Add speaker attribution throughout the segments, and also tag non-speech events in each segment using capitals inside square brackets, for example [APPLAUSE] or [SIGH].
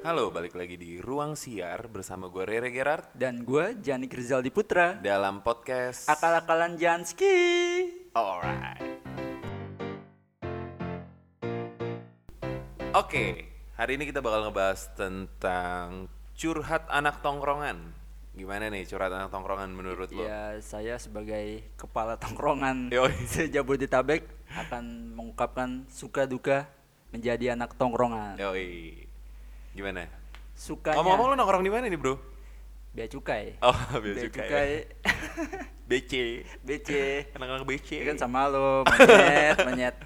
Speaker 1: Halo, balik lagi di Ruang Siar bersama gue Rere Gerard
Speaker 2: Dan gue Janik Rizaldi Putra.
Speaker 1: dalam podcast
Speaker 2: Akal-akalan Janski.
Speaker 1: Alright. Oke, hari ini kita bakal ngebahas tentang curhat anak tongkrongan. Gimana nih curhat anak tongkrongan menurut lo?
Speaker 2: Ya saya sebagai kepala tongkrongan
Speaker 1: Yoi.
Speaker 2: [LAUGHS] sejabodetabek akan mengungkapkan suka duka menjadi anak tongkrongan.
Speaker 1: Yoi. Gimana?
Speaker 2: Sukanya
Speaker 1: Ngomong-ngomong lo nongkrong di mana nih, Bro?
Speaker 2: bea cukai.
Speaker 1: Oh, [LAUGHS] bea cukai. BC.
Speaker 2: BC.
Speaker 1: Anak-anak BC.
Speaker 2: Ya kan sama lo, menyet, menyet.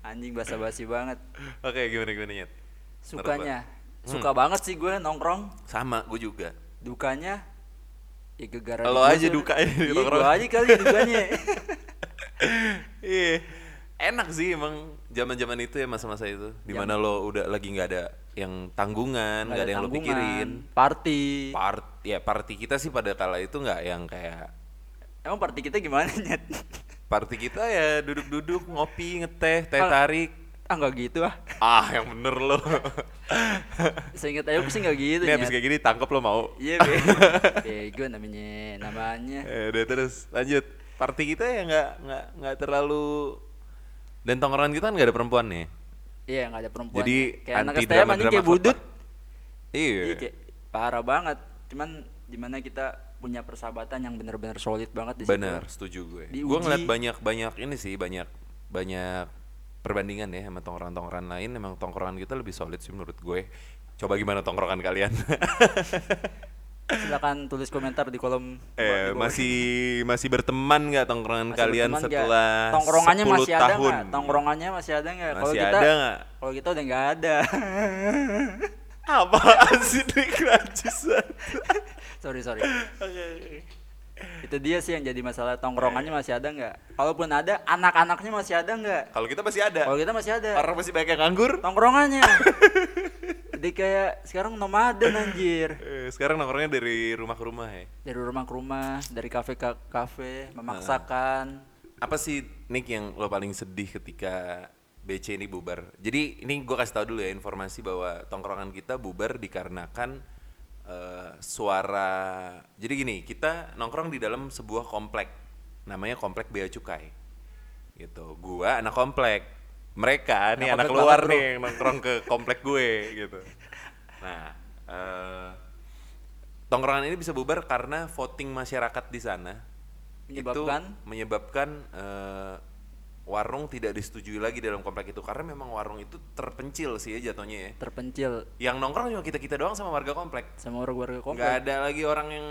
Speaker 2: Anjing basa-basi banget.
Speaker 1: Oke, gimana gimana Nyet? Menurut lo?
Speaker 2: Sukanya,
Speaker 1: Hmm.
Speaker 2: suka banget sih gue nongkrong.
Speaker 1: Sama, gue juga.
Speaker 2: dukanya ya gegara
Speaker 1: Lo aja dukanya di
Speaker 2: iya
Speaker 1: tongkrongan.
Speaker 2: gua aja kali dukanya
Speaker 1: [LAUGHS] Iya. Enak sih emang zaman-zaman itu ya masa-masa itu. Dimana
Speaker 2: Iya.
Speaker 1: lo udah lagi nggak ada yang tanggungan, nggak ada, yang lo
Speaker 2: tanggungan,
Speaker 1: pikirin.
Speaker 2: party
Speaker 1: Part ya party kita sih pada kala itu nggak yang kayak
Speaker 2: emang party kita gimana [LAUGHS] nyet
Speaker 1: party kita ya duduk-duduk ngopi ngeteh teh
Speaker 2: Kalau-
Speaker 1: tarik.
Speaker 2: ah nggak gitu ah
Speaker 1: Ah yang bener lo.
Speaker 2: seingat aja sih nggak gitu
Speaker 1: Ini habis
Speaker 2: nyet
Speaker 1: kayak gini tangkep lo mau.
Speaker 2: iya gue namanya namanya
Speaker 1: Eh, udah terus lanjut. Party kita ya nggak nggak nggak terlalu dan tongkrongan kita kan nggak ada perempuan nih.
Speaker 2: iya nggak ada perempuan
Speaker 1: Jadi
Speaker 2: kayak anak
Speaker 1: anti
Speaker 2: STM anjing
Speaker 1: drama-drama
Speaker 2: kayak budut
Speaker 1: Iya.
Speaker 2: iya kayak parah banget cuman dimana kita punya persahabatan yang benar-benar solid banget di situ
Speaker 1: Benar, setuju gue.
Speaker 2: Diuji.
Speaker 1: Gue ngeliat banyak-banyak ini sih, banyak banyak perbandingan ya sama tongkrongan-tongkrongan lain. Emang tongkrongan kita lebih solid sih menurut gue. Coba gimana tongkrongan
Speaker 2: [LAUGHS]
Speaker 1: kalian? Eh,
Speaker 2: silakan tulis komentar di kolom
Speaker 1: eh, masih masih berteman nggak tongkrongan
Speaker 2: Masih
Speaker 1: kalian
Speaker 2: berteman nggak?
Speaker 1: setelah
Speaker 2: tongkrongannya
Speaker 1: 10
Speaker 2: masih ada
Speaker 1: tahun?
Speaker 2: nggak? Tongkrongannya masih ada nggak? Kalau
Speaker 1: Masih
Speaker 2: kita
Speaker 1: ada nggak?
Speaker 2: kalau kita udah nggak ada. [LAUGHS]
Speaker 1: Apa sih ini keracusan?
Speaker 2: sorry sorry. Itu dia sih yang jadi masalah tongkrongannya masih ada nggak? Kalaupun ada, anak-anaknya masih ada nggak?
Speaker 1: Kalau kita masih ada.
Speaker 2: Kalau kita masih ada
Speaker 1: Orang masih banyak yang nganggur. [LAUGHS]
Speaker 2: tongkrongannya. jadi kayak sekarang nomaden anjir.
Speaker 1: Eh, Sekarang nongkrongnya dari rumah ke rumah ya.
Speaker 2: Dari rumah ke rumah, dari kafe ke kafe, memaksakan.
Speaker 1: apa sih Nick yang lo paling sedih ketika BC ini bubar? Jadi ini gue kasih tau dulu ya informasi bahwa tongkrongan kita bubar dikarenakan eh, suara. Jadi gini kita nongkrong di dalam sebuah komplek namanya komplek Bea Cukai. Gitu. Gua anak komplek. Mereka nih anak
Speaker 2: komplek
Speaker 1: luar
Speaker 2: banget, bro.
Speaker 1: nih yang nongkrong ke komplek gue gitu. Nah. eh, Tongkrongan ini bisa bubar karena voting masyarakat di sana
Speaker 2: Menyebabkan?
Speaker 1: itu menyebabkan eh, warung tidak disetujui lagi dalam komplek itu karena memang warung itu terpencil sih ya jatuhnya ya.
Speaker 2: Terpencil
Speaker 1: Yang nongkrong cuma kita kita doang sama warga komplek.
Speaker 2: sama warga-warga komplek.
Speaker 1: Nggak ada lagi orang yang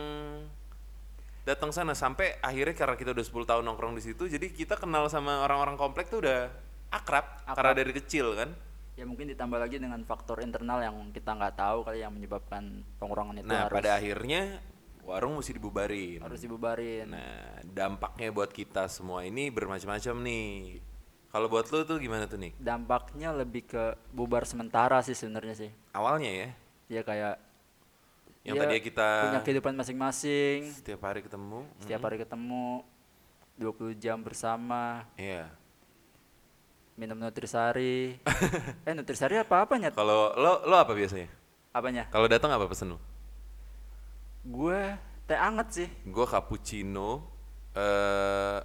Speaker 1: datang sana sampai akhirnya karena kita udah 10 tahun nongkrong di situ jadi kita kenal sama orang-orang komplek tuh udah akrab, karena dari kecil kan.
Speaker 2: ya mungkin ditambah lagi dengan faktor internal yang kita nggak tahu kali yang menyebabkan tongkrongan itu
Speaker 1: Nah,
Speaker 2: harus
Speaker 1: pada akhirnya warung mesti dibubarin.
Speaker 2: harus dibubarin
Speaker 1: Nah, dampaknya buat kita semua ini bermacam-macam nih. Kalau buat lu tuh gimana tuh nih?
Speaker 2: dampaknya lebih ke bubar sementara sih sebenarnya sih
Speaker 1: Awalnya ya,
Speaker 2: ya kayak
Speaker 1: yang
Speaker 2: ya,
Speaker 1: tadi kita
Speaker 2: punya kehidupan masing-masing
Speaker 1: setiap hari ketemu
Speaker 2: setiap hari ketemu 20 jam bersama
Speaker 1: iya [LAUGHS]
Speaker 2: minum nutrisari eh nutrisari apa apanya
Speaker 1: kalau lo lo apa biasanya
Speaker 2: apanya
Speaker 1: kalau datang apa pesen lo
Speaker 2: gue teh anget sih
Speaker 1: gue cappuccino eh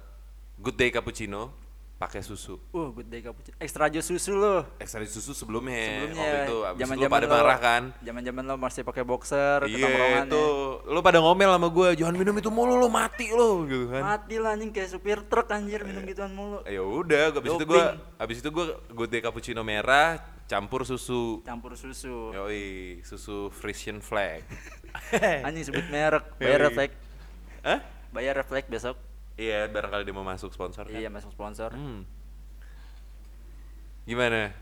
Speaker 1: good day cappuccino pakai susu
Speaker 2: uh good day cappuccino extra jus susu loh
Speaker 1: ekstra susu sebelumnya, Eh,
Speaker 2: sebelumnya
Speaker 1: waktu itu abis itu lo
Speaker 2: zaman-zaman
Speaker 1: pada
Speaker 2: lo-
Speaker 1: marah kan
Speaker 2: zaman-zaman lo masih pakai boxer ya. ke
Speaker 1: iya
Speaker 2: tongkrongan
Speaker 1: itu lo pada ngomel sama gue jangan minum itu mulu lo mati lo gitu kan
Speaker 2: Mati lah anjing kayak supir truk anjir minum gituan mulu.
Speaker 1: ya udah abis itu gue abis itu gue good day cappuccino merah campur susu
Speaker 2: Campur susu.
Speaker 1: yoi susu Frisian flag
Speaker 2: [LAUGHS] Anjing sebut merek, bayar reflek.
Speaker 1: Hah?
Speaker 2: Bayar reflek besok.
Speaker 1: Iya, barangkali dia mau masuk sponsor kan.
Speaker 2: Iya masuk sponsor.
Speaker 1: Hmm. Gimana?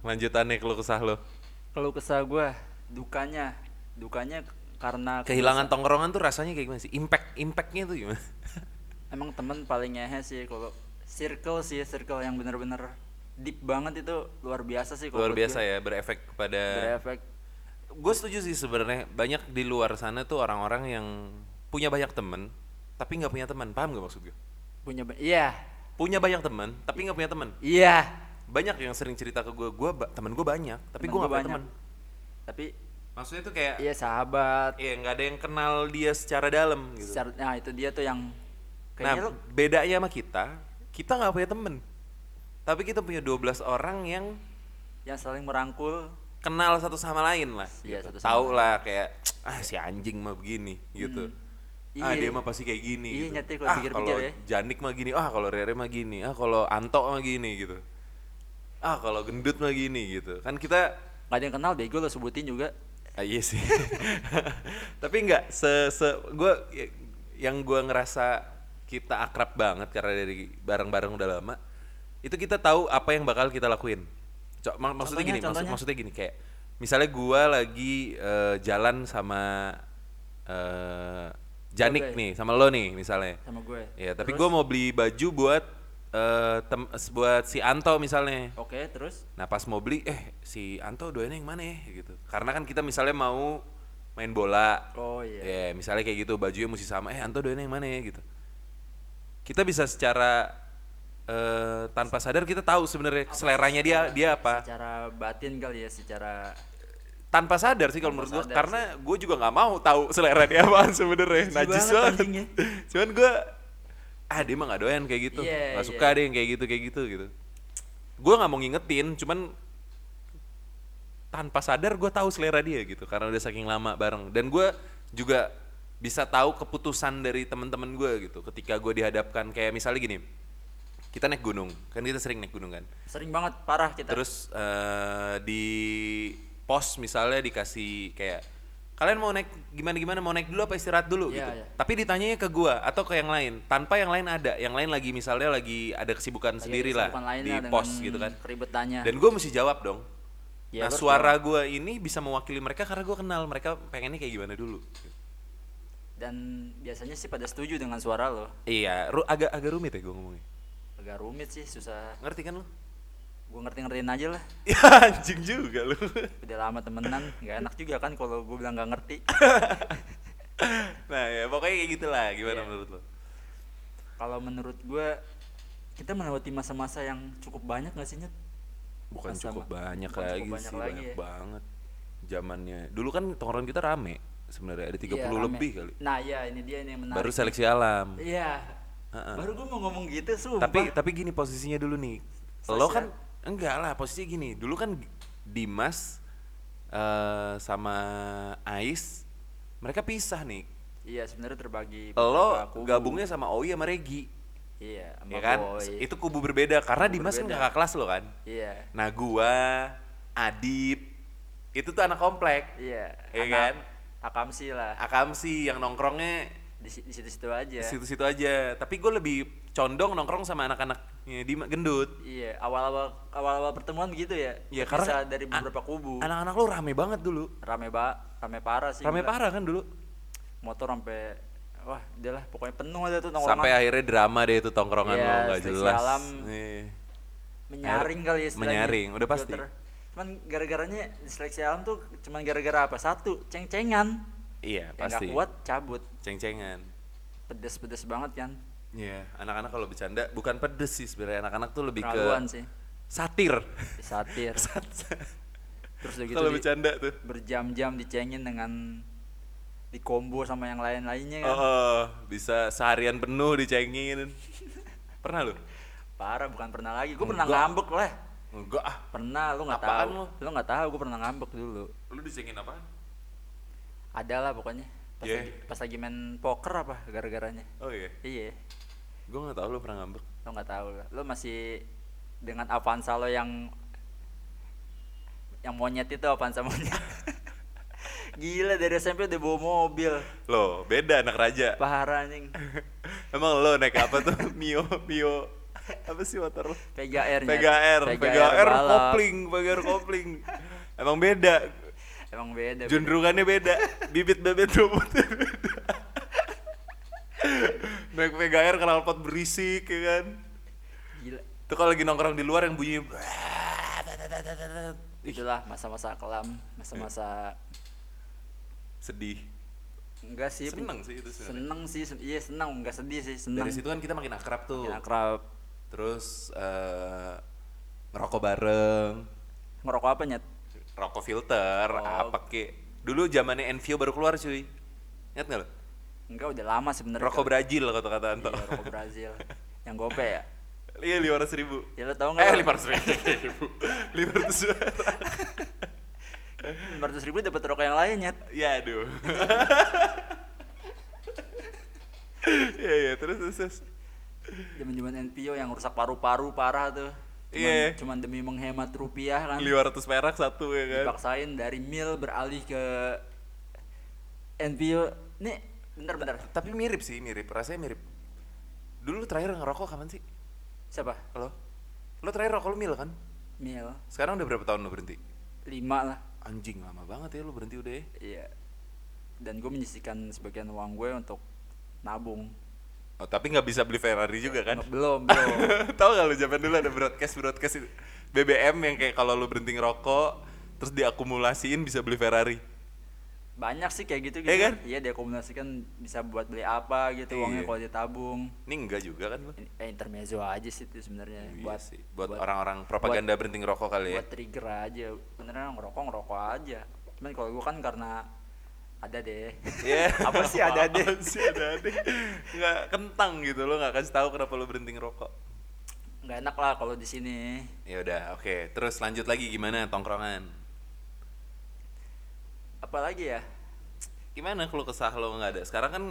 Speaker 1: Lanjutannya keluh kesah lo.
Speaker 2: Kalau kesah gua dukanya, dukanya karena
Speaker 1: Kehilangan tongkrongan tuh rasanya kayak gimana sih? Impact impactnya tuh gimana?
Speaker 2: emang temen paling ngehe sih kalau circle sih circle yang bener-bener deep banget itu luar biasa sih kalau
Speaker 1: Luar
Speaker 2: buat
Speaker 1: biasa
Speaker 2: gua.
Speaker 1: ya berefek kepada
Speaker 2: Berefek.
Speaker 1: Gue setuju sih sebenarnya banyak di luar sana tuh orang-orang yang punya banyak temen tapi nggak punya teman. Paham gak maksud gue?
Speaker 2: Punya ba- iya.
Speaker 1: Punya banyak teman tapi nggak punya teman.
Speaker 2: Iya.
Speaker 1: Banyak yang sering cerita ke gue, gue ba- temen eh, gue banyak tapi
Speaker 2: Temen
Speaker 1: gue
Speaker 2: gua
Speaker 1: nggak punya
Speaker 2: banyak.
Speaker 1: teman.
Speaker 2: Tapi
Speaker 1: Maksudnya tuh kayak
Speaker 2: Iya sahabat.
Speaker 1: ya nggak ada yang kenal dia secara dalam gitu.
Speaker 2: Secara, nah itu dia tuh yang kayaknya
Speaker 1: nah,
Speaker 2: lu-
Speaker 1: bedanya sama kita, kita nggak punya temen. Tapi kita punya 12 orang yang
Speaker 2: yang saling merangkul.
Speaker 1: kenal satu sama lain lah.
Speaker 2: Iya,
Speaker 1: gitu.
Speaker 2: satu sama
Speaker 1: Tahu lah kayak ah si anjing mah begini gitu. Ah
Speaker 2: Iya.
Speaker 1: dia mah pasti kayak gini.
Speaker 2: Iya,
Speaker 1: gitu.
Speaker 2: nyetir kalau
Speaker 1: ah,
Speaker 2: pikir-pikir
Speaker 1: kalau
Speaker 2: ya.
Speaker 1: Janik mah gini, ah kalau Rere mah gini, ah kalau Anto mah gini gitu. Ah kalau gendut mah gini gitu. Kan kita
Speaker 2: Gak ada yang kenal bego lo sebutin juga.
Speaker 1: Ah, iya sih. [LAUGHS] Tapi nggak se se gue yang gua ngerasa kita akrab banget karena dari bareng-bareng udah lama. Itu kita tahu apa yang bakal kita lakuin. Cok, mak- maksudnya
Speaker 2: Contohnya,
Speaker 1: gini, maksud-
Speaker 2: contohnya.
Speaker 1: maksudnya gini kayak misalnya gua lagi eh, jalan sama eh, Janik
Speaker 2: Oke.
Speaker 1: nih, sama lo nih misalnya.
Speaker 2: Sama gue.
Speaker 1: Ya, tapi
Speaker 2: Terus?
Speaker 1: gua mau beli baju buat eh, tem- buat si Anto misalnya.
Speaker 2: Oke terus.
Speaker 1: Nah pas mau beli, eh si Anto doainnya yang mana ya gitu. Karena kan kita misalnya mau main bola,
Speaker 2: Oh
Speaker 1: ya
Speaker 2: iya.
Speaker 1: misalnya kayak gitu bajunya mesti sama, eh Anto doainnya yang mana ya gitu. Kita bisa secara eh, tanpa sadar kita tahu sebenarnya seleranya dia dia apa.
Speaker 2: Secara batin kali ya secara.
Speaker 1: Tanpa sadar sih kalau menurut gue,
Speaker 2: sadar
Speaker 1: karena gue juga nggak mau tahu selera dia apaan sebenarnya.
Speaker 2: Benci
Speaker 1: Najis
Speaker 2: banget
Speaker 1: banget.
Speaker 2: anjingnya.
Speaker 1: Cuman gue, ah dia mah nggak doyan kayak gitu, nggak
Speaker 2: Iya, iya.
Speaker 1: suka deh yang kayak gitu kayak gitu gitu. Gue nggak mau ngingetin, cuman tanpa sadar gue tahu selera dia gitu karena udah saking lama bareng dan gue juga bisa tahu keputusan dari teman-teman gue gitu ketika gue dihadapkan kayak misalnya gini kita naik gunung kan kita sering naik gunung kan
Speaker 2: Sering banget parah kita.
Speaker 1: terus eh, di pos misalnya dikasih kayak kalian mau naik gimana gimana mau naik dulu apa istirahat dulu
Speaker 2: Iya,
Speaker 1: gitu
Speaker 2: iya.
Speaker 1: tapi ditanyanya ke gue atau ke yang lain tanpa yang lain ada yang lain lagi misalnya lagi ada kesibukan
Speaker 2: Lagi
Speaker 1: sendiri lah
Speaker 2: kesibukan lain
Speaker 1: di
Speaker 2: lah dengan
Speaker 1: pos gitu kan
Speaker 2: Keribetannya.
Speaker 1: dan gue mesti jawab dong.
Speaker 2: Iya,
Speaker 1: nah
Speaker 2: betul.
Speaker 1: suara gue ini bisa mewakili mereka karena gue kenal mereka pengennya kayak gimana dulu.
Speaker 2: Dan biasanya sih pada setuju dengan suara lo.
Speaker 1: Iya, ru- agak agak rumit ya gue ngomongnya.
Speaker 2: Agak rumit sih susah.
Speaker 1: Ngerti kan lu? [LAUGHS]
Speaker 2: Gue ngerti-ngertiin aja lah.
Speaker 1: Ya anjing juga lu. [LAUGHS]
Speaker 2: Udah lama temenan, nggak enak juga kan kalau gue bilang nggak ngerti.
Speaker 1: nah ya pokoknya kayak gitulah
Speaker 2: Iya.
Speaker 1: gimana menurut lu?
Speaker 2: Kalau menurut gue, kita melewati masa-masa yang cukup banyak nggak sih Nyet?
Speaker 1: Bukan
Speaker 2: Ah, Sama.
Speaker 1: cukup banyak
Speaker 2: Bukan
Speaker 1: lagi
Speaker 2: cukup banyak
Speaker 1: sih,
Speaker 2: lagi
Speaker 1: banyak
Speaker 2: ya.
Speaker 1: banget. Zamannya dulu kan tongkrongan kita rame sebenarnya ada 30
Speaker 2: Iya, rame.
Speaker 1: lebih kali.
Speaker 2: Nah iya ini dia ini yang menarik.
Speaker 1: Baru seleksi alam.
Speaker 2: Iya.
Speaker 1: Heeh.
Speaker 2: Baru gue mau ngomong gitu sumpah.
Speaker 1: tapi tapi gini posisinya dulu nih lo
Speaker 2: Sosial.
Speaker 1: kan enggak lah posisinya gini dulu kan Dimas eh, sama Ais mereka pisah nih
Speaker 2: iya sebenarnya terbagi. beberapa
Speaker 1: lo
Speaker 2: kubu.
Speaker 1: gabungnya sama Owi sama Regi
Speaker 2: Iya. sama
Speaker 1: ya kan
Speaker 2: Boy.
Speaker 1: itu kubu berbeda karena Dimas kan
Speaker 2: berbeda.
Speaker 1: kakak kelas lo kan
Speaker 2: Iya.
Speaker 1: nah gua Adit itu tuh anak komplek
Speaker 2: Iya.
Speaker 1: Iya
Speaker 2: Anak
Speaker 1: kan?
Speaker 2: Akamsi lah.
Speaker 1: Akamsi yang nongkrongnya
Speaker 2: Di, si- di situ-situ aja.
Speaker 1: situ-situ aja tapi gue lebih condong nongkrong sama anak-anaknya Dimas gendut
Speaker 2: Iya. Awal-awal awal-awal pertemuan gitu ya.
Speaker 1: Iya,
Speaker 2: Bisa
Speaker 1: karena
Speaker 2: dari
Speaker 1: an-
Speaker 2: beberapa kubu.
Speaker 1: anak-anak lo rame banget dulu
Speaker 2: Rame ba, rame parah sih.
Speaker 1: rame
Speaker 2: gila.
Speaker 1: parah kan dulu
Speaker 2: Motor sampai wah udahlah pokoknya penuh aja tuh nongkrongan.
Speaker 1: sampai akhirnya drama deh itu tongkrongan
Speaker 2: Iya,
Speaker 1: lo nggak
Speaker 2: seleksi
Speaker 1: jelas
Speaker 2: alam.
Speaker 1: Iya.
Speaker 2: menyaring
Speaker 1: Air-
Speaker 2: kali ya istilahnya.
Speaker 1: menyaring, udah pasti.
Speaker 2: Filter. cuman gara-garanya seleksi alam tuh cuman gara-gara apa satu ceng-cengan
Speaker 1: iya
Speaker 2: yang
Speaker 1: pasti
Speaker 2: nggak kuat cabut
Speaker 1: ceng-cengan
Speaker 2: pedes-pedes banget kan
Speaker 1: Iya, anak-anak kalau bercanda bukan pedes sih sebenarnya anak-anak tuh lebih
Speaker 2: terlaluan
Speaker 1: ke
Speaker 2: sih
Speaker 1: satir. [LAUGHS]
Speaker 2: disatir terus udah gitu
Speaker 1: kalau
Speaker 2: di-
Speaker 1: bercanda tuh.
Speaker 2: berjam-jam dicengin dengan dikombo sama yang
Speaker 1: Oh,
Speaker 2: lain-lainnya kan
Speaker 1: oh, bisa seharian penuh [LAUGHS] dicengin. Pernah lu?
Speaker 2: parah bukan pernah lagi gue pernah
Speaker 1: Enggak.
Speaker 2: ngambek lah
Speaker 1: Enggak ah.
Speaker 2: pernah lu nggak
Speaker 1: Apaan
Speaker 2: tahu
Speaker 1: lu?
Speaker 2: lu nggak tahu gue pernah ngambek dulu
Speaker 1: Lu dicengin apa?
Speaker 2: ada lah pokoknya pas,
Speaker 1: Iya.
Speaker 2: lagi, pas lagi main poker apa gara-garanya
Speaker 1: Oh iya.
Speaker 2: iya
Speaker 1: Gua nggak tahu lu pernah ngambek.
Speaker 2: lo nggak tahu lah lo masih dengan Avanza lo yang yang monyet itu Avanza monyet [LAUGHS] gila dari SMP udah bawa mobil
Speaker 1: Loh, beda anak raja. [LAUGHS]
Speaker 2: parah anjing
Speaker 1: Emang lo naik apa tuh? [LAUGHS] Mio, Mio. Apa sih motor lo?
Speaker 2: PGR -nya.
Speaker 1: PGR, PGR
Speaker 2: balap.
Speaker 1: kopling, PGR kopling. Emang beda,
Speaker 2: emang beda
Speaker 1: jundrungannya beda, bibit bebet rumputnya beda. [LAUGHS] Naik PGR kenal pot berisik ya kan.
Speaker 2: gila
Speaker 1: Itu kalau lagi nongkrong di luar yang bunyi [LAUGHS]
Speaker 2: itulah masa-masa kelam masa-masa
Speaker 1: sedih.
Speaker 2: enggak sih
Speaker 1: Seneng sih itu sebenarnya.
Speaker 2: seneng sih sen- iya seneng enggak sedih sih seneng
Speaker 1: Dari situ kan kita makin akrab tuh.
Speaker 2: Nah. Makin akrab
Speaker 1: Terus eh, ngerokok bareng,
Speaker 2: ngerokok apa nyet
Speaker 1: rokok filter,
Speaker 2: Oh.
Speaker 1: apa kek. Dulu zamannya Envio baru keluar cuy. Ingat nggak lo?
Speaker 2: Enggak udah lama sebenarnya.
Speaker 1: Rokok Brazil kata-kata Anto.
Speaker 2: Iya, rokok Brazil. yang gope ya?
Speaker 1: [LAUGHS] Iya lima ratus ribu.
Speaker 2: Ya lo tau
Speaker 1: Eh
Speaker 2: nggak?
Speaker 1: lima ratus
Speaker 2: [LAUGHS]
Speaker 1: ribu, lima ratus
Speaker 2: lima ratus ribu dapat rokok yang lain nyet.
Speaker 1: Ya
Speaker 2: [LAUGHS]
Speaker 1: aduh. Iya iya terus terus. terus.
Speaker 2: Zaman zaman NPO yang rusak paru-paru parah tuh. Cuman,
Speaker 1: Iya.
Speaker 2: cuman demi menghemat rupiah kan.
Speaker 1: Lima ratus perak satu ya kan.
Speaker 2: Dipaksain dari mil beralih ke NPO. Nih, bentar-bentar.
Speaker 1: Tapi mirip sih mirip, rasanya mirip. Dulu lu terakhir ngerokok kapan sih?
Speaker 2: Siapa?
Speaker 1: Lo? Lo terakhir rokok lu mil kan?
Speaker 2: Mil.
Speaker 1: Sekarang udah berapa tahun lo berhenti?
Speaker 2: Lima lah.
Speaker 1: Anjing lama banget ya lu berhenti udah ya.
Speaker 2: Iya. Dan gue menyisikan sebagian uang gue untuk nabung.
Speaker 1: Oh, tapi nggak bisa beli Ferrari juga kan?
Speaker 2: Belum, belum.
Speaker 1: [LAUGHS] Tahu gak lu zaman dulu ada broadcast broadcast itu BBM yang kayak kalau lu berhenti ngerokok terus diakumulasiin bisa beli Ferrari.
Speaker 2: [LAUGHS] Banyak sih kayak gitu gitu.
Speaker 1: Iya kan?
Speaker 2: Iya, diakumulasikan bisa buat beli apa gitu uangnya
Speaker 1: Iya.
Speaker 2: kalau ditabung.
Speaker 1: Ini enggak juga kan lu?
Speaker 2: Eh, intermezzo aja sih itu sebenarnya
Speaker 1: Iya
Speaker 2: buat
Speaker 1: sih. buat orang-orang propaganda berhenti ngerokok kali ya.
Speaker 2: buat trigger aja. Beneran ngerokok ngerokok aja. Cuman kalau gue kan karena ada deh.
Speaker 1: Iya.
Speaker 2: [LAUGHS] Apa sih
Speaker 1: [LAUGHS]
Speaker 2: ada deh?
Speaker 1: Apaan sih ada deh. Enggak kentang gitu lu nggak kasih tahu kenapa lu berhenti ngerokok.
Speaker 2: Nggak enak lah kalau di sini.
Speaker 1: Ya udah, oke. Terus lanjut lagi gimana tongkrongan?
Speaker 2: Apalagi ya?
Speaker 1: Gimana kalau kesah lo nggak ada? Sekarang kan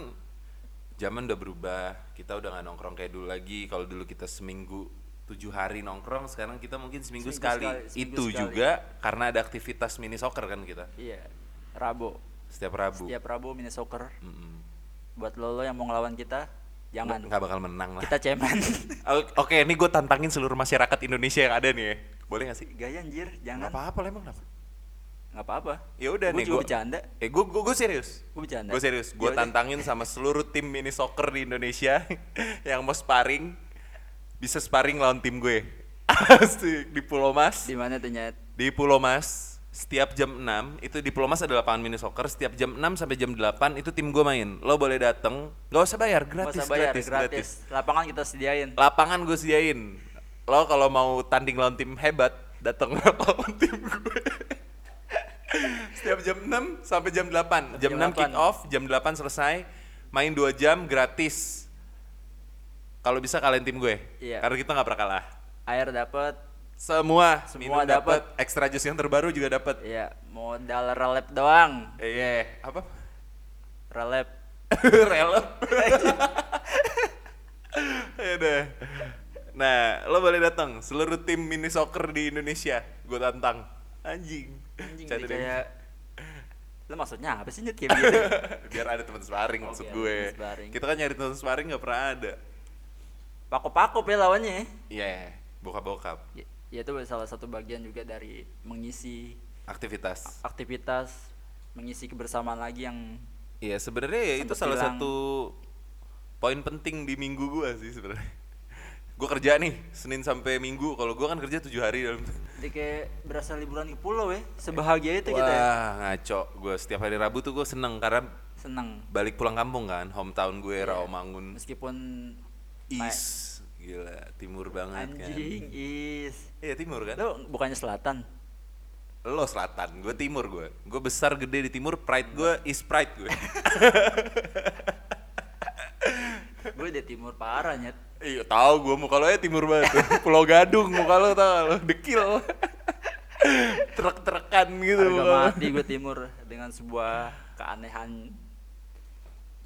Speaker 1: zaman udah berubah. Kita udah nggak nongkrong kayak dulu lagi. Kalau dulu kita seminggu tujuh hari nongkrong, sekarang kita mungkin seminggu, sekali.
Speaker 2: Seminggu sekali, seminggu
Speaker 1: Itu
Speaker 2: sekali.
Speaker 1: juga karena ada aktivitas mini soccer kan kita
Speaker 2: Iya. Rabo.
Speaker 1: setiap Rabu.
Speaker 2: Setiap Rabo mini soccer.
Speaker 1: Mm-mm.
Speaker 2: Buat lo, lo yang mau ngelawan kita, jangan.
Speaker 1: Nggak bakal menang lah.
Speaker 2: Kita
Speaker 1: [LAUGHS]
Speaker 2: cemen.
Speaker 1: O- Oke, ini gue tantangin seluruh masyarakat Indonesia yang ada nih ya. Boleh gak sih?
Speaker 2: Gaya anjir,
Speaker 1: Nggak
Speaker 2: jangan.
Speaker 1: apa-apa lah emang kenapa?
Speaker 2: Nggak apa-apa.
Speaker 1: Ya udah
Speaker 2: Gua
Speaker 1: nih
Speaker 2: juga
Speaker 1: gua-
Speaker 2: bercanda.
Speaker 1: Eh gue gue serius.
Speaker 2: Gue bercanda.
Speaker 1: Gue serius, gue
Speaker 2: Ya udah.
Speaker 1: tantangin sama seluruh tim mini soccer di Indonesia [LAUGHS] yang mau sparring bisa sparring lawan tim gue. [LAUGHS] Asik, di Pulau Mas.
Speaker 2: Di mana tuh nyet?
Speaker 1: Di Pulau Mas setiap jam 6 itu di Pulau Mas ada lapangan mini soccer setiap jam 6 sampai jam 8 itu tim gue main. Lo boleh dateng, gak usah bayar, gratis,
Speaker 2: Masa bayar,
Speaker 1: gratis,
Speaker 2: ya, gratis,
Speaker 1: gratis.
Speaker 2: Lapangan kita sediain.
Speaker 1: Lapangan gue sediain. Lo kalau mau tanding lawan tim hebat, dateng [LAUGHS] lawan tim gue. Setiap jam 6 sampai jam 8. Jam,
Speaker 2: Jam
Speaker 1: 6 kick
Speaker 2: 8.
Speaker 1: off, jam 8 selesai. Main 2 jam gratis. Kalau bisa kalian tim gue.
Speaker 2: Iya.
Speaker 1: Karena kita nggak pernah kalah.
Speaker 2: Air dapat.
Speaker 1: Semua,
Speaker 2: Semua
Speaker 1: minum dapat, extra jus yang terbaru juga dapat.
Speaker 2: Iya, modal relap doang.
Speaker 1: Iya, apa?
Speaker 2: Relap.
Speaker 1: [LAUGHS] Relep. Ya udah. Nah, lo boleh datang seluruh tim mini soccer di Indonesia. Gue tantang. [LAUGHS] Anjing.
Speaker 2: Anjing
Speaker 1: Canda
Speaker 2: jadi
Speaker 1: deh.
Speaker 2: kayak Lo maksudnya apa sih nyet kayak
Speaker 1: [LAUGHS]
Speaker 2: gitu?
Speaker 1: biar ada teman sparring
Speaker 2: Oh,
Speaker 1: maksud
Speaker 2: biar ada
Speaker 1: gue.
Speaker 2: teman sparring.
Speaker 1: Kita kan nyari teman sparring nggak pernah ada.
Speaker 2: Pakop-pakop ya lawannya.
Speaker 1: Iya, bokap-bokap.
Speaker 2: Ya, ya itu salah satu bagian juga dari mengisi
Speaker 1: Aktivitas.
Speaker 2: aktivitas, mengisi kebersamaan lagi yang
Speaker 1: Iya, sebenarnya ya itu
Speaker 2: Sempet
Speaker 1: salah
Speaker 2: bilang.
Speaker 1: satu poin penting di minggu gue sih sebenarnya. Gue kerja nih Senin sampai Minggu. Kalau gue kan kerja tujuh hari dalam
Speaker 2: jadi kayak berasa liburan ke pulau ya. Sebahagia itu
Speaker 1: Wah,
Speaker 2: kita ya.
Speaker 1: ngaco. Gue setiap hari Rabu tuh gue seneng karena
Speaker 2: Seneng.
Speaker 1: balik pulang kampung kan, hometown gue
Speaker 2: Iya.
Speaker 1: Rawamangun.
Speaker 2: Meskipun
Speaker 1: East, gila, timur banget kan.
Speaker 2: anjing is.
Speaker 1: Iya, timur kan.
Speaker 2: Lo bukannya selatan.
Speaker 1: Lo selatan, gue timur gue. Gue besar gede di timur, pride gue is pride
Speaker 2: [LAUGHS]
Speaker 1: gue.
Speaker 2: gue di timur parah nyet.
Speaker 1: Iya, tahu gue muka lo ya timur banget.
Speaker 2: [LAUGHS]
Speaker 1: Pulau Gadung muka lo tau gak lo dekil. [LAUGHS] Trek-trekan gitu
Speaker 2: Harga
Speaker 1: muka lo.
Speaker 2: mati gue timur dengan sebuah keanehan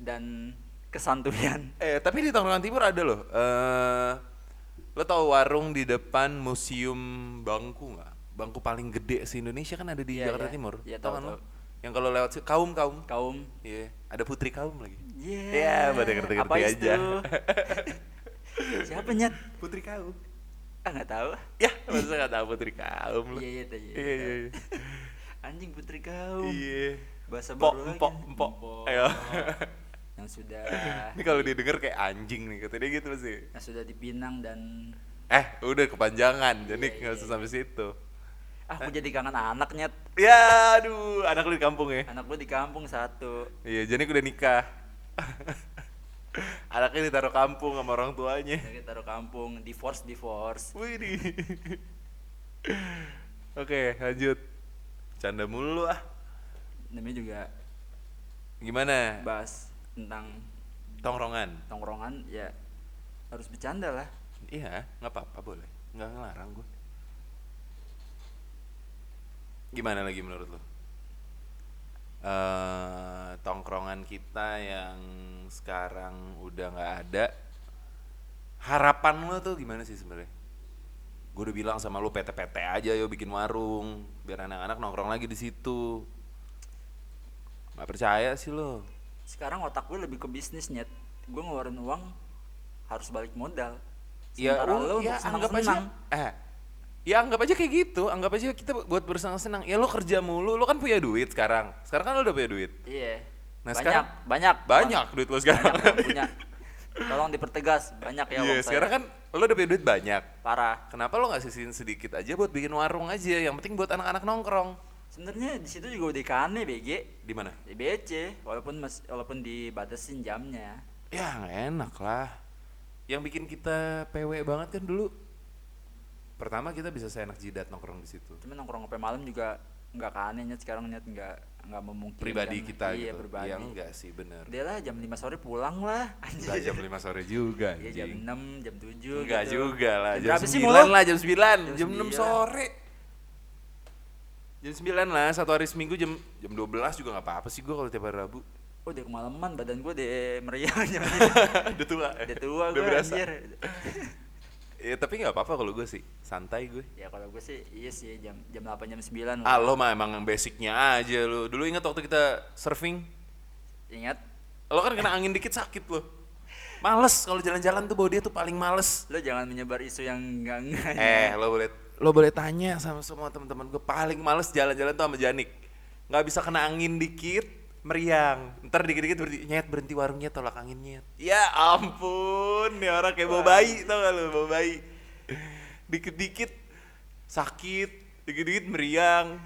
Speaker 2: dan kesantunian.
Speaker 1: Eh, tapi di Tangerang Timur ada loh. Eh, lo tau warung di depan Museum Bangku nggak? Bangku paling gede se Indonesia kan ada di
Speaker 2: Iya,
Speaker 1: Jakarta
Speaker 2: iya.
Speaker 1: Timur.
Speaker 2: Iya,
Speaker 1: Tau
Speaker 2: tahu,
Speaker 1: kan lo?
Speaker 2: tahu.
Speaker 1: Yang kalau lewat si- kaum kaum.
Speaker 2: Kaum
Speaker 1: Iya, ada Putri Kaum lagi.
Speaker 2: Yeah.
Speaker 1: Ya, buat yang ngerti-ngerti
Speaker 2: Apais
Speaker 1: aja. [LAUGHS]
Speaker 2: tuh? Siapa nyet?
Speaker 1: Putri Kaum.
Speaker 2: Ah nggak tahu.
Speaker 1: Ya, masa nggak tahu Putri Kaum lo?
Speaker 2: Iya iya tahu, iya.
Speaker 1: Iya, iya.
Speaker 2: Anjing putri kaum.
Speaker 1: Iya.
Speaker 2: Bahasa
Speaker 1: Empok,
Speaker 2: baru lagi.
Speaker 1: empok, empok.
Speaker 2: Empok.
Speaker 1: Ayo.
Speaker 2: Yang sudah
Speaker 1: [LAUGHS] Ini
Speaker 2: iya.
Speaker 1: kalau didengar kayak anjing nih, katanya gitu sih.
Speaker 2: yang sudah dipinang dan
Speaker 1: Eh, udah kepanjangan, jadi
Speaker 2: Iya,
Speaker 1: nggak usah sampai situ.
Speaker 2: ah
Speaker 1: Eh.
Speaker 2: aku jadi kangen anak nyet.
Speaker 1: Ya, aduh, anak lu di kampung ya?
Speaker 2: Anak gue di kampung satu.
Speaker 1: Iya, Janik udah nikah. [LAUGHS] Anaknya ditaruh kampung sama orang tuanya.
Speaker 2: Jadi taruh kampung, divorce divorce.
Speaker 1: Wih, di- Oke, lanjut. Canda mulu lu, ah.
Speaker 2: namanya juga
Speaker 1: Gimana?
Speaker 2: bahas tentang
Speaker 1: Tongkrongan.
Speaker 2: tongkrongan ya harus bercanda lah
Speaker 1: Iya, nggak apa-apa boleh. Nggak ngelarang gue. Gimana lagi menurut lo? Eh, tongkrongan kita yang sekarang udah nggak ada. Harapan lo tuh gimana sih sebenarnya? Gue udah bilang sama lo PT-PT aja yo bikin warung biar anak-anak nongkrong lagi di situ. Gak percaya sih lo?
Speaker 2: sekarang otak gue lebih ke bisnisnya gue ngeluarin uang harus balik modal
Speaker 1: Ya,
Speaker 2: Sementara
Speaker 1: lu-
Speaker 2: lu
Speaker 1: ya anggap aja
Speaker 2: bersenang-senang.
Speaker 1: eh ya anggap aja kayak gitu, anggap aja kita buat bersenang-senang. Ya lo kerja mulu, lo kan punya duit sekarang. Sekarang kan lo udah punya duit.
Speaker 2: iya
Speaker 1: Nah,
Speaker 2: banyak
Speaker 1: sekarang-
Speaker 2: banyak
Speaker 1: Banyak duit lo
Speaker 2: banyak
Speaker 1: sekarang.
Speaker 2: yang punya tolong dipertegas banyak
Speaker 1: [LAUGHS]
Speaker 2: ya
Speaker 1: Iya,
Speaker 2: uang saya.
Speaker 1: sekarang kan lo udah punya duit banyak.
Speaker 2: parah
Speaker 1: Kenapa lo nggak sisihin sedikit aja buat bikin warung aja? Yang penting buat anak-anak nongkrong.
Speaker 2: sebenarnya di situ juga udah ikannya BG
Speaker 1: Di mana?
Speaker 2: di BC walaupun mas, walaupun dibatasin jamnya
Speaker 1: Ya nggak enak lah. Yang bikin kita PW banget kan dulu. Pertama kita bisa seenak jidat nongkrong di situ.
Speaker 2: cuman nongkrong sampai malam juga nggak keanehnya sekarang nyet nggak nggak memungkinkan
Speaker 1: Pribadi kita
Speaker 2: iya,
Speaker 1: gitu.
Speaker 2: pribadi
Speaker 1: Ya enggak sih bener.
Speaker 2: Udah lah jam 5 sore pulang lah
Speaker 1: Nggak
Speaker 2: anjir
Speaker 1: jam 5 sore juga
Speaker 2: [LAUGHS] Iya
Speaker 1: anjing.
Speaker 2: jam 6, jam 7
Speaker 1: Enggak
Speaker 2: gitu.
Speaker 1: juga lah, jam,
Speaker 2: berapa sih
Speaker 1: 9
Speaker 2: mulu?
Speaker 1: lah, jam 9, jam,
Speaker 2: Jam
Speaker 1: 6
Speaker 2: 9.
Speaker 1: sore. Jam 9 lah, satu hari seminggu jam jam 12 juga nggak apa-apa sih gua kalau tiap hari Rabu.
Speaker 2: [LAUGHS] Oh udah kemalaman badan gue deh meriah jam
Speaker 1: [LAUGHS] udah tua.
Speaker 2: Udah tua
Speaker 1: Udah
Speaker 2: gue
Speaker 1: berasa.
Speaker 2: anjir
Speaker 1: Ya, tapi nggak apa-apa kalau gue sih, santai gue.
Speaker 2: Ya kalau gue sih iya sih jam jam 8 jam 9
Speaker 1: Ah lo mah emang yang basicnya aja lo. Dulu ingat waktu kita surfing,
Speaker 2: Ingat
Speaker 1: lo kan kena angin dikit sakit lo. Males kalau jalan-jalan tuh bawa dia tuh paling males.
Speaker 2: lo jangan menyebar isu yang enggak enggak
Speaker 1: Eh, lo boleh lo boleh tanya sama semua teman-teman gue paling males jalan-jalan tuh sama Janik. Nggak bisa kena angin dikit, meriang. Ntar dikit-dikit berhenti, nyet berhenti warungnya tolak anginnya. Ya ampun, nih orang kayak bau bayi tau gak lo, bau bayi. Dikit-dikit sakit, dikit-dikit meriang.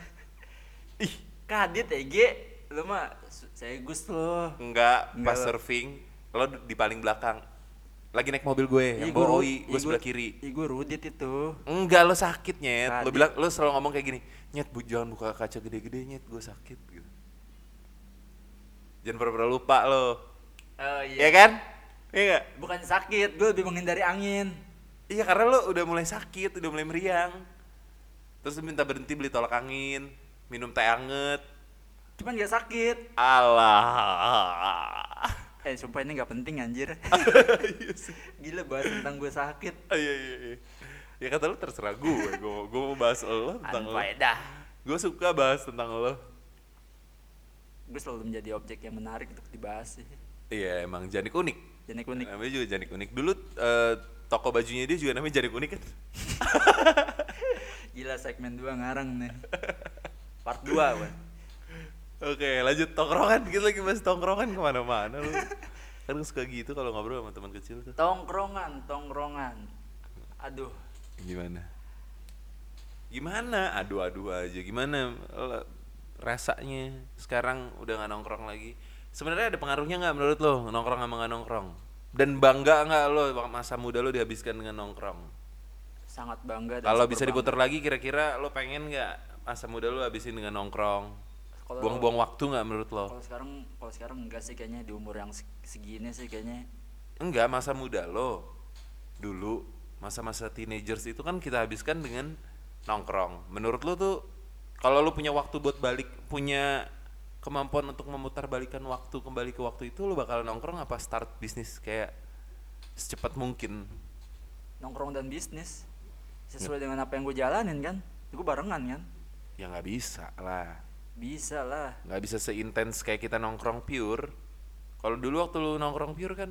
Speaker 1: Ih,
Speaker 2: Kadet EG Lo E mah su- saya gus lo
Speaker 1: enggak pas
Speaker 2: Enggak lo.
Speaker 1: surfing, lo di paling belakang. Lagi naik mobil gue, yang
Speaker 2: Ih,
Speaker 1: bawa
Speaker 2: ru-
Speaker 1: Oi,
Speaker 2: ih,
Speaker 1: gue sebelah kiri.
Speaker 2: Ih gue rudit itu
Speaker 1: Enggak, lo sakit, Nyet. Lo
Speaker 2: Tadi.
Speaker 1: bilang, lo selalu ngomong kayak gini, Nyet, bu, jangan buka kaca gede-gede, Nyet, gue sakit. Gitu. Jangan pura-pura lupa lo.
Speaker 2: Oh
Speaker 1: Iya kan? Iya nggak?
Speaker 2: Bukan sakit gue lebih menghindari angin
Speaker 1: Iya, karena lo udah mulai sakit, udah mulai meriang. Terus lo minta berhenti beli tolak angin, minum teh anget.
Speaker 2: Cuman gak sakit
Speaker 1: Alah.
Speaker 2: Eh sumpah ini gak penting
Speaker 1: [LAUGHS]
Speaker 2: anjir
Speaker 1: Iya
Speaker 2: Gila bahas tentang gue sakit
Speaker 1: Ah, Iya, iya, iya. Ya kata lo terserah gue, gue, gue mau bahas lo tentang lo.
Speaker 2: Anfaedah
Speaker 1: Gue suka bahas tentang lo.
Speaker 2: Gue selalu menjadi objek yang menarik untuk dibahas sih
Speaker 1: Iya, emang Janik unik.
Speaker 2: Jadi unik
Speaker 1: Namanya juga Janik Unik. Dulu eh, toko bajunya dia juga namanya Janik Unik kan?
Speaker 2: Gila segmen 2 ngarang nih Part 2 gue
Speaker 1: Oke lanjut tongkrongan. Kita lagi bahas tongkrongan kemana-mana lu. kan gua suka gitu kalau ngobrol sama teman kecil tuh.
Speaker 2: Tongkrongan, tongkrongan Aduh
Speaker 1: Gimana? Gimana? Aduh-aduh aja. Gimana eh, rasanya sekarang udah nggak nongkrong lagi? Sebenarnya ada pengaruhnya nggak menurut lo nongkrong sama nggak nongkrong? Dan bangga nggak lo masa muda lo dihabiskan dengan nongkrong?
Speaker 2: sangat bangga dan
Speaker 1: Kalau
Speaker 2: super
Speaker 1: bisa
Speaker 2: bangga.
Speaker 1: diputar lagi kira-kira lo pengen nggak masa muda lo habisin dengan nongkrong?
Speaker 2: Kalau-
Speaker 1: Buang-buang waktu nggak menurut lo?
Speaker 2: Kalau sekarang kalau sekarang enggak sih kayaknya di umur yang se- segini sih kayaknya
Speaker 1: Enggak, masa muda lo dulu masa-masa teenagers itu kan kita habiskan dengan nongkrong. Menurut lo tuh kalau lo punya waktu buat balik, punya kemampuan untuk memutar balikan waktu kembali ke waktu itu lo bakal nongkrong apa start bisnis kayak secepat mungkin?
Speaker 2: nongkrong dan bisnis sesuai dengan apa yang gue jalanin kan itu gue barengan kan
Speaker 1: Ya nggak bisa lah.
Speaker 2: bisa lah
Speaker 1: nggak bisa seintens kayak kita nongkrong pure kalau dulu waktu lu nongkrong pure kan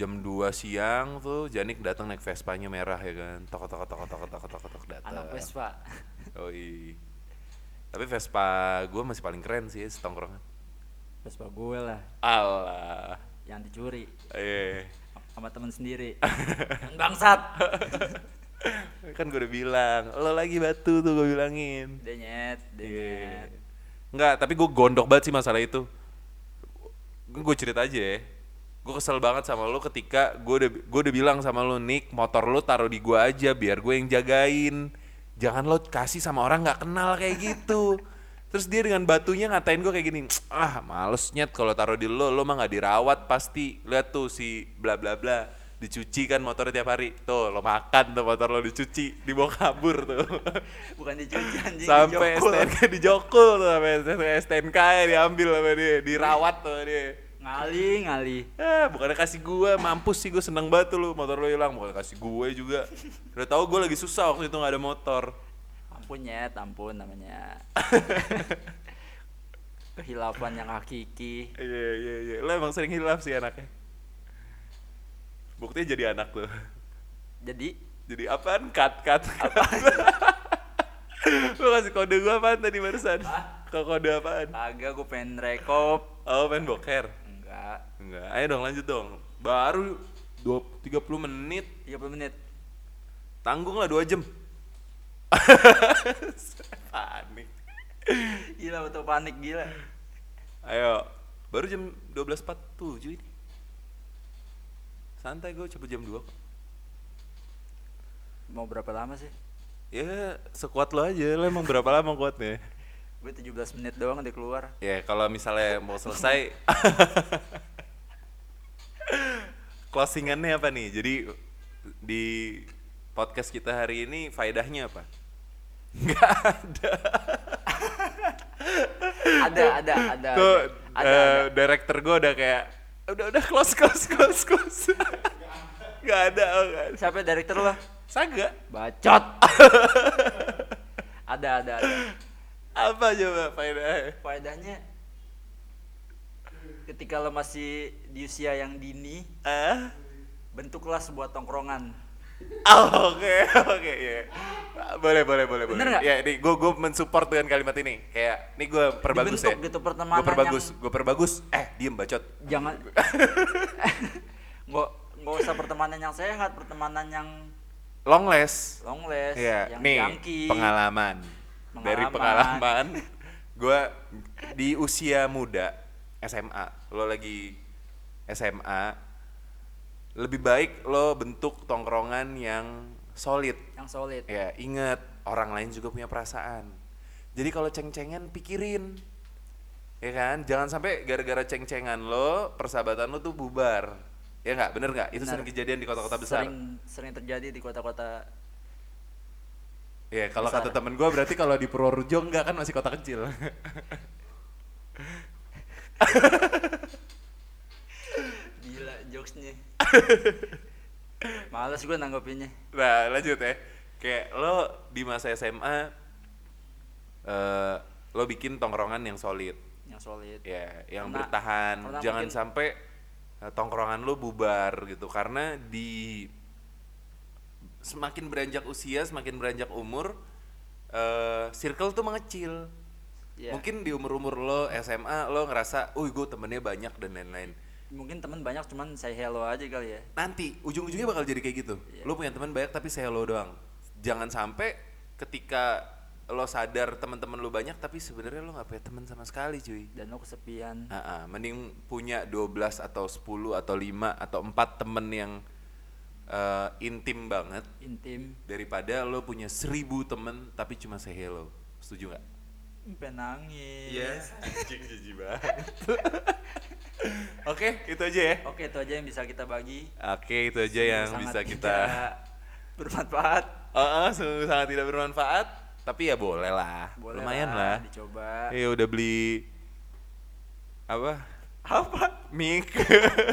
Speaker 1: jam 2 siang tuh Janik datang naik Vespanya merah ya kan tok tok tok tok tok tok tok datang
Speaker 2: anak Vespa
Speaker 1: Yoi. tapi Vespa gue masih paling keren sih setongkrongan
Speaker 2: Vespa gue lah
Speaker 1: Allah
Speaker 2: yang dicuri
Speaker 1: eh
Speaker 2: sama temen sendiri [LAUGHS] Yang bangsat
Speaker 1: kan gue udah bilang lo lagi batu tuh gue bilangin
Speaker 2: denyet
Speaker 1: Iya.
Speaker 2: denyet
Speaker 1: Enggak, tapi gue gondok banget sih masalah itu. Gue cerita aja ya. Gue kesel banget sama lo ketika gue udah gue udah bilang sama lo Nick, motor lo taruh di gue aja biar gue yang jagain. Jangan lo kasih sama orang nggak kenal kayak gitu. Terus dia dengan batunya ngatain gue kayak gini, ah males nyet kalau taruh di lo, lo mah nggak dirawat pasti. Lihat tuh si bla bla bla dicuci kan motornya tiap hari. Tuh lo makan tuh motor lo dicuci, dibawa kabur tuh. [LAUGHS]
Speaker 2: bukan dicuci anjing
Speaker 1: sampai
Speaker 2: dijokul.
Speaker 1: STNK dijokul tuh, sampai STNK -nya ya diambil sama dia, dirawat tuh dia.
Speaker 2: ngali ngali
Speaker 1: Eh, bukannya kasih gua, mampus sih gua seneng banget tuh lu motor lu hilang, bukannya kasih gue juga. Udah tahu gua lagi susah waktu itu nggak ada motor.
Speaker 2: ampun nyet ampun [LAUGHS] namanya kehilapan yang hakiki
Speaker 1: Iya iya iya, lo emang sering hilaf sih anaknya. Buktinya jadi anak tuh.
Speaker 2: jadi
Speaker 1: Jadi apaan? Cut cut. [LAUGHS] Apaan? lo kasih kode gua apaan tadi barusan? Kau kode apaan?
Speaker 2: agak gue pengen rekop
Speaker 1: Oh main boker.
Speaker 2: enggak
Speaker 1: Enggak, ayo dong lanjut dong. Baru 20, 30 menit,
Speaker 2: 30 menit [CLEARS THROAT]
Speaker 1: tanggung lah 2 jam. [LAUGHS] Panik.
Speaker 2: gila betul panik gila
Speaker 1: Ayo, baru jam 12.47 ini. Santai gue coba jam 2 kok.
Speaker 2: mau berapa lama sih
Speaker 1: Ya sekuat lo aja, lo emang berapa lama kuatnya?
Speaker 2: gue 17 menit doang udah keluar
Speaker 1: Ya kalau misalnya mau selesai Closingannya apa nih? Jadi di podcast kita hari ini faedahnya apa? Nggak ada
Speaker 2: ada ada ada
Speaker 1: Tuh,
Speaker 2: ada, ada,
Speaker 1: eh, director gue udah kayak Udah, udah, close, close, close, close Nggak ada, oh, nggak ada.
Speaker 2: siapa ya, director lo
Speaker 1: Saga
Speaker 2: bacot ada ada ada
Speaker 1: Apa coba faedahnya?
Speaker 2: faedahnya ketika lo masih di usia yang dini
Speaker 1: Ah?
Speaker 2: bentuklah sebuah tongkrongan
Speaker 1: Oh, oke, oke, ya. Boleh, boleh, boleh, boleh.
Speaker 2: Bener nggak?
Speaker 1: Ya, ini gue gue mensupport dengan kalimat ini. Kayak, ini gue perbagus
Speaker 2: Dibentuk
Speaker 1: ya.
Speaker 2: gitu pertemanan
Speaker 1: Gue perbagus, gue perbagus. Eh, diem bacot.
Speaker 2: jangan [LAUGHS] nggak nggak usah pertemanan yang sehat pertemanan yang
Speaker 1: Long less.
Speaker 2: longles
Speaker 1: Iya,
Speaker 2: yang
Speaker 1: nih
Speaker 2: jangki
Speaker 1: pengalaman. Dari
Speaker 2: Pengalaman.
Speaker 1: pengalaman, gue di usia muda SMA, lo lagi SMA, lebih baik lo bentuk tongkrongan yang solid.
Speaker 2: yang solid
Speaker 1: Ya, ingat orang lain juga punya perasaan. Jadi kalau ceng-cengan pikirin. Ya kan? Jangan sampai gara-gara ceng-cengan lo, persahabatan lo tuh bubar. Ya nggak? Bener nggak? Itu sering kejadian di kota-kota besar.
Speaker 2: sering sering terjadi di kota-kota
Speaker 1: Ya, kalau
Speaker 2: besar.
Speaker 1: kata temen gue berarti kalau di Purworejo enggak kan masih kota kecil. [LAUGHS]
Speaker 2: gila
Speaker 1: [LAUGHS]
Speaker 2: jokesnya males gue nanggepinnya
Speaker 1: nah, lanjut ya. Kayak lo di masa SMA eh lo bikin tongkrongan yang solid.
Speaker 2: yang solid
Speaker 1: ya yang
Speaker 2: Karena-
Speaker 1: bertahan
Speaker 2: karena
Speaker 1: jangan
Speaker 2: mungkin-
Speaker 1: sampai eh, tongkrongan lu bubar gitu karena di semakin beranjak usia semakin beranjak umur eh circle tuh mengecil
Speaker 2: Iya.
Speaker 1: mungkin di umur umur lo SMA lo ngerasa uy gue temennya banyak dan lain-lain
Speaker 2: mungkin teman banyak cuman saya hello aja kali ya
Speaker 1: nanti ujung-ujungnya bakal jadi kayak gitu. Lo punya teman banyak tapi say hello doang. Jangan sampai ketika lo sadar teman-teman lo banyak tapi sebenarnya lo nggak punya teman sama sekali cuy.
Speaker 2: dan lo kesepian
Speaker 1: Ah, ah, mending punya 12 atau 10 atau 5 atau 4 temen yang eh, intim banget
Speaker 2: intim
Speaker 1: daripada lo punya 1000 temen tapi cuma say hello. Setuju nggak?
Speaker 2: pengen nangis
Speaker 1: Anjing jijik banget. [LAUGHS] Oke, itu aja ya.
Speaker 2: oke itu aja yang bisa kita bagi
Speaker 1: Oke, itu aja yang
Speaker 2: Sangat
Speaker 1: bisa kita
Speaker 2: tidak [LAUGHS] bermanfaat
Speaker 1: Heeh, sungguh sangat tidak bermanfaat, tapi ya boleh lah.
Speaker 2: Boleh
Speaker 1: Lumayan lah.
Speaker 2: dicoba
Speaker 1: Eh, udah beli apa?
Speaker 2: apa
Speaker 1: mic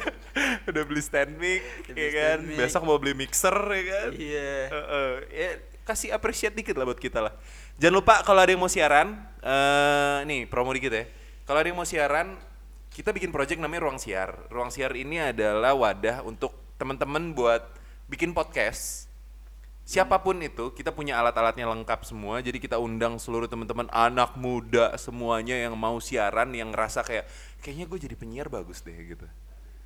Speaker 1: [LAUGHS] udah beli stand mic ya
Speaker 2: Udah beli
Speaker 1: kan
Speaker 2: stand mic.
Speaker 1: besok mau beli mixer ya kan
Speaker 2: iya
Speaker 1: Heeh. ya kasih appreciate dikit lah buat kita lah jangan lupa kalau ada yang mau siaran eh nih promo dikit ya kalau ada yang mau siaran kita bikin project namanya ruang siar ruang siar ini adalah wadah untuk teman-teman buat bikin podcast Siapapun itu, kita punya alat-alatnya lengkap semua. Jadi kita undang seluruh teman-teman anak muda semuanya yang mau siaran, yang ngerasa kayak kayaknya gue jadi penyiar bagus deh gitu.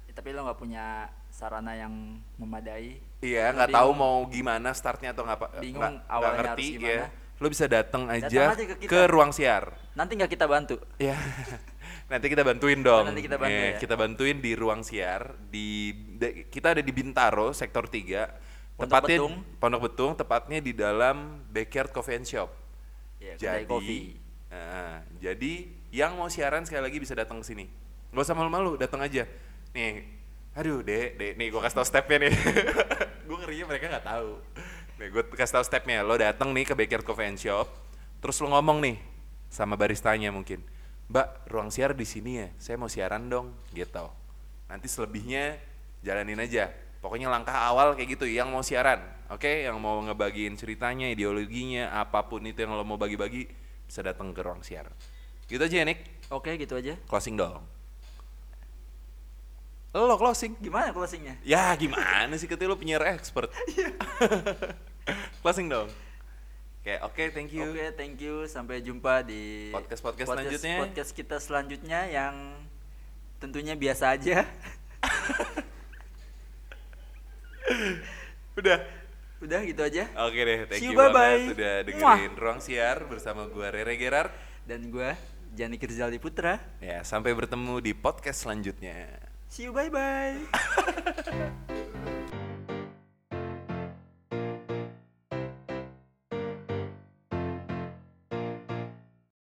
Speaker 2: Ya, tapi lo nggak punya sarana yang memadai
Speaker 1: Iya,
Speaker 2: Lo
Speaker 1: nggak
Speaker 2: bingung.
Speaker 1: tahu mau gimana startnya atau nggak apa-
Speaker 2: Bingung
Speaker 1: nggak- nggak
Speaker 2: awalnya
Speaker 1: ngerti
Speaker 2: harus gimana.
Speaker 1: ya. Lo bisa datang aja,
Speaker 2: aja ke
Speaker 1: ke,
Speaker 2: kita.
Speaker 1: ruang siar.
Speaker 2: nanti nggak kita bantu
Speaker 1: Ya. [LAUGHS] Nanti kita bantuin dong.
Speaker 2: Nanti kita bantu
Speaker 1: Iya,
Speaker 2: ya.
Speaker 1: kita bantuin di ruang siar di de- kita ada di Bintaro sektor 3.
Speaker 2: Pondok
Speaker 1: tepatnya
Speaker 2: Betung.
Speaker 1: Pondok Betung, tepatnya di dalam Backyard Coffee and Shop.
Speaker 2: ya, kedai
Speaker 1: Jadi
Speaker 2: kopi
Speaker 1: Nah, jadi yang mau siaran sekali lagi bisa datang ke sini. Gak usah malu-malu, datang aja. Nih, aduh dek, dek, nih gue kasih tau stepnya nih. [LAUGHS] gue ngerinya mereka nggak tahu. Nih gue kasih tau stepnya. Lo datang nih ke Backyard Coffee and Shop, terus lo ngomong nih sama baristanya mungkin. Mbak, ruang siar di sini ya. Saya mau siaran dong, gitu. Nanti selebihnya jalanin aja. Pokoknya langkah awal kayak gitu, yang mau siaran, oke, yang mau ngebagiin ceritanya, ideologinya, apapun itu yang lo mau bagi-bagi, bisa datang ke ruang siar. Gitu aja ya, Nick.
Speaker 2: Oke gitu aja.
Speaker 1: Closing dong. Lo closing.
Speaker 2: Gimana closingnya?
Speaker 1: Ya gimana sih ketika lo penyiar expert. [LAUGHS] closing dong. Oke, oke, thank you.
Speaker 2: Oke, thank you. Sampai jumpa di
Speaker 1: Podcast-podcast
Speaker 2: podcast-
Speaker 1: selanjutnya.
Speaker 2: Podcast kita selanjutnya yang tentunya biasa aja.
Speaker 1: [LAUGHS] Udah.
Speaker 2: Udah gitu aja.
Speaker 1: Oke deh, thank
Speaker 2: See you,
Speaker 1: you
Speaker 2: bye-bye.
Speaker 1: banget udah
Speaker 2: Muah.
Speaker 1: dengerin Ruang Siar bersama gua Rere Gerard.
Speaker 2: Dan gua Jani Kirzaldi Putra.
Speaker 1: Ya, sampai bertemu di podcast selanjutnya.
Speaker 2: See you bye bye.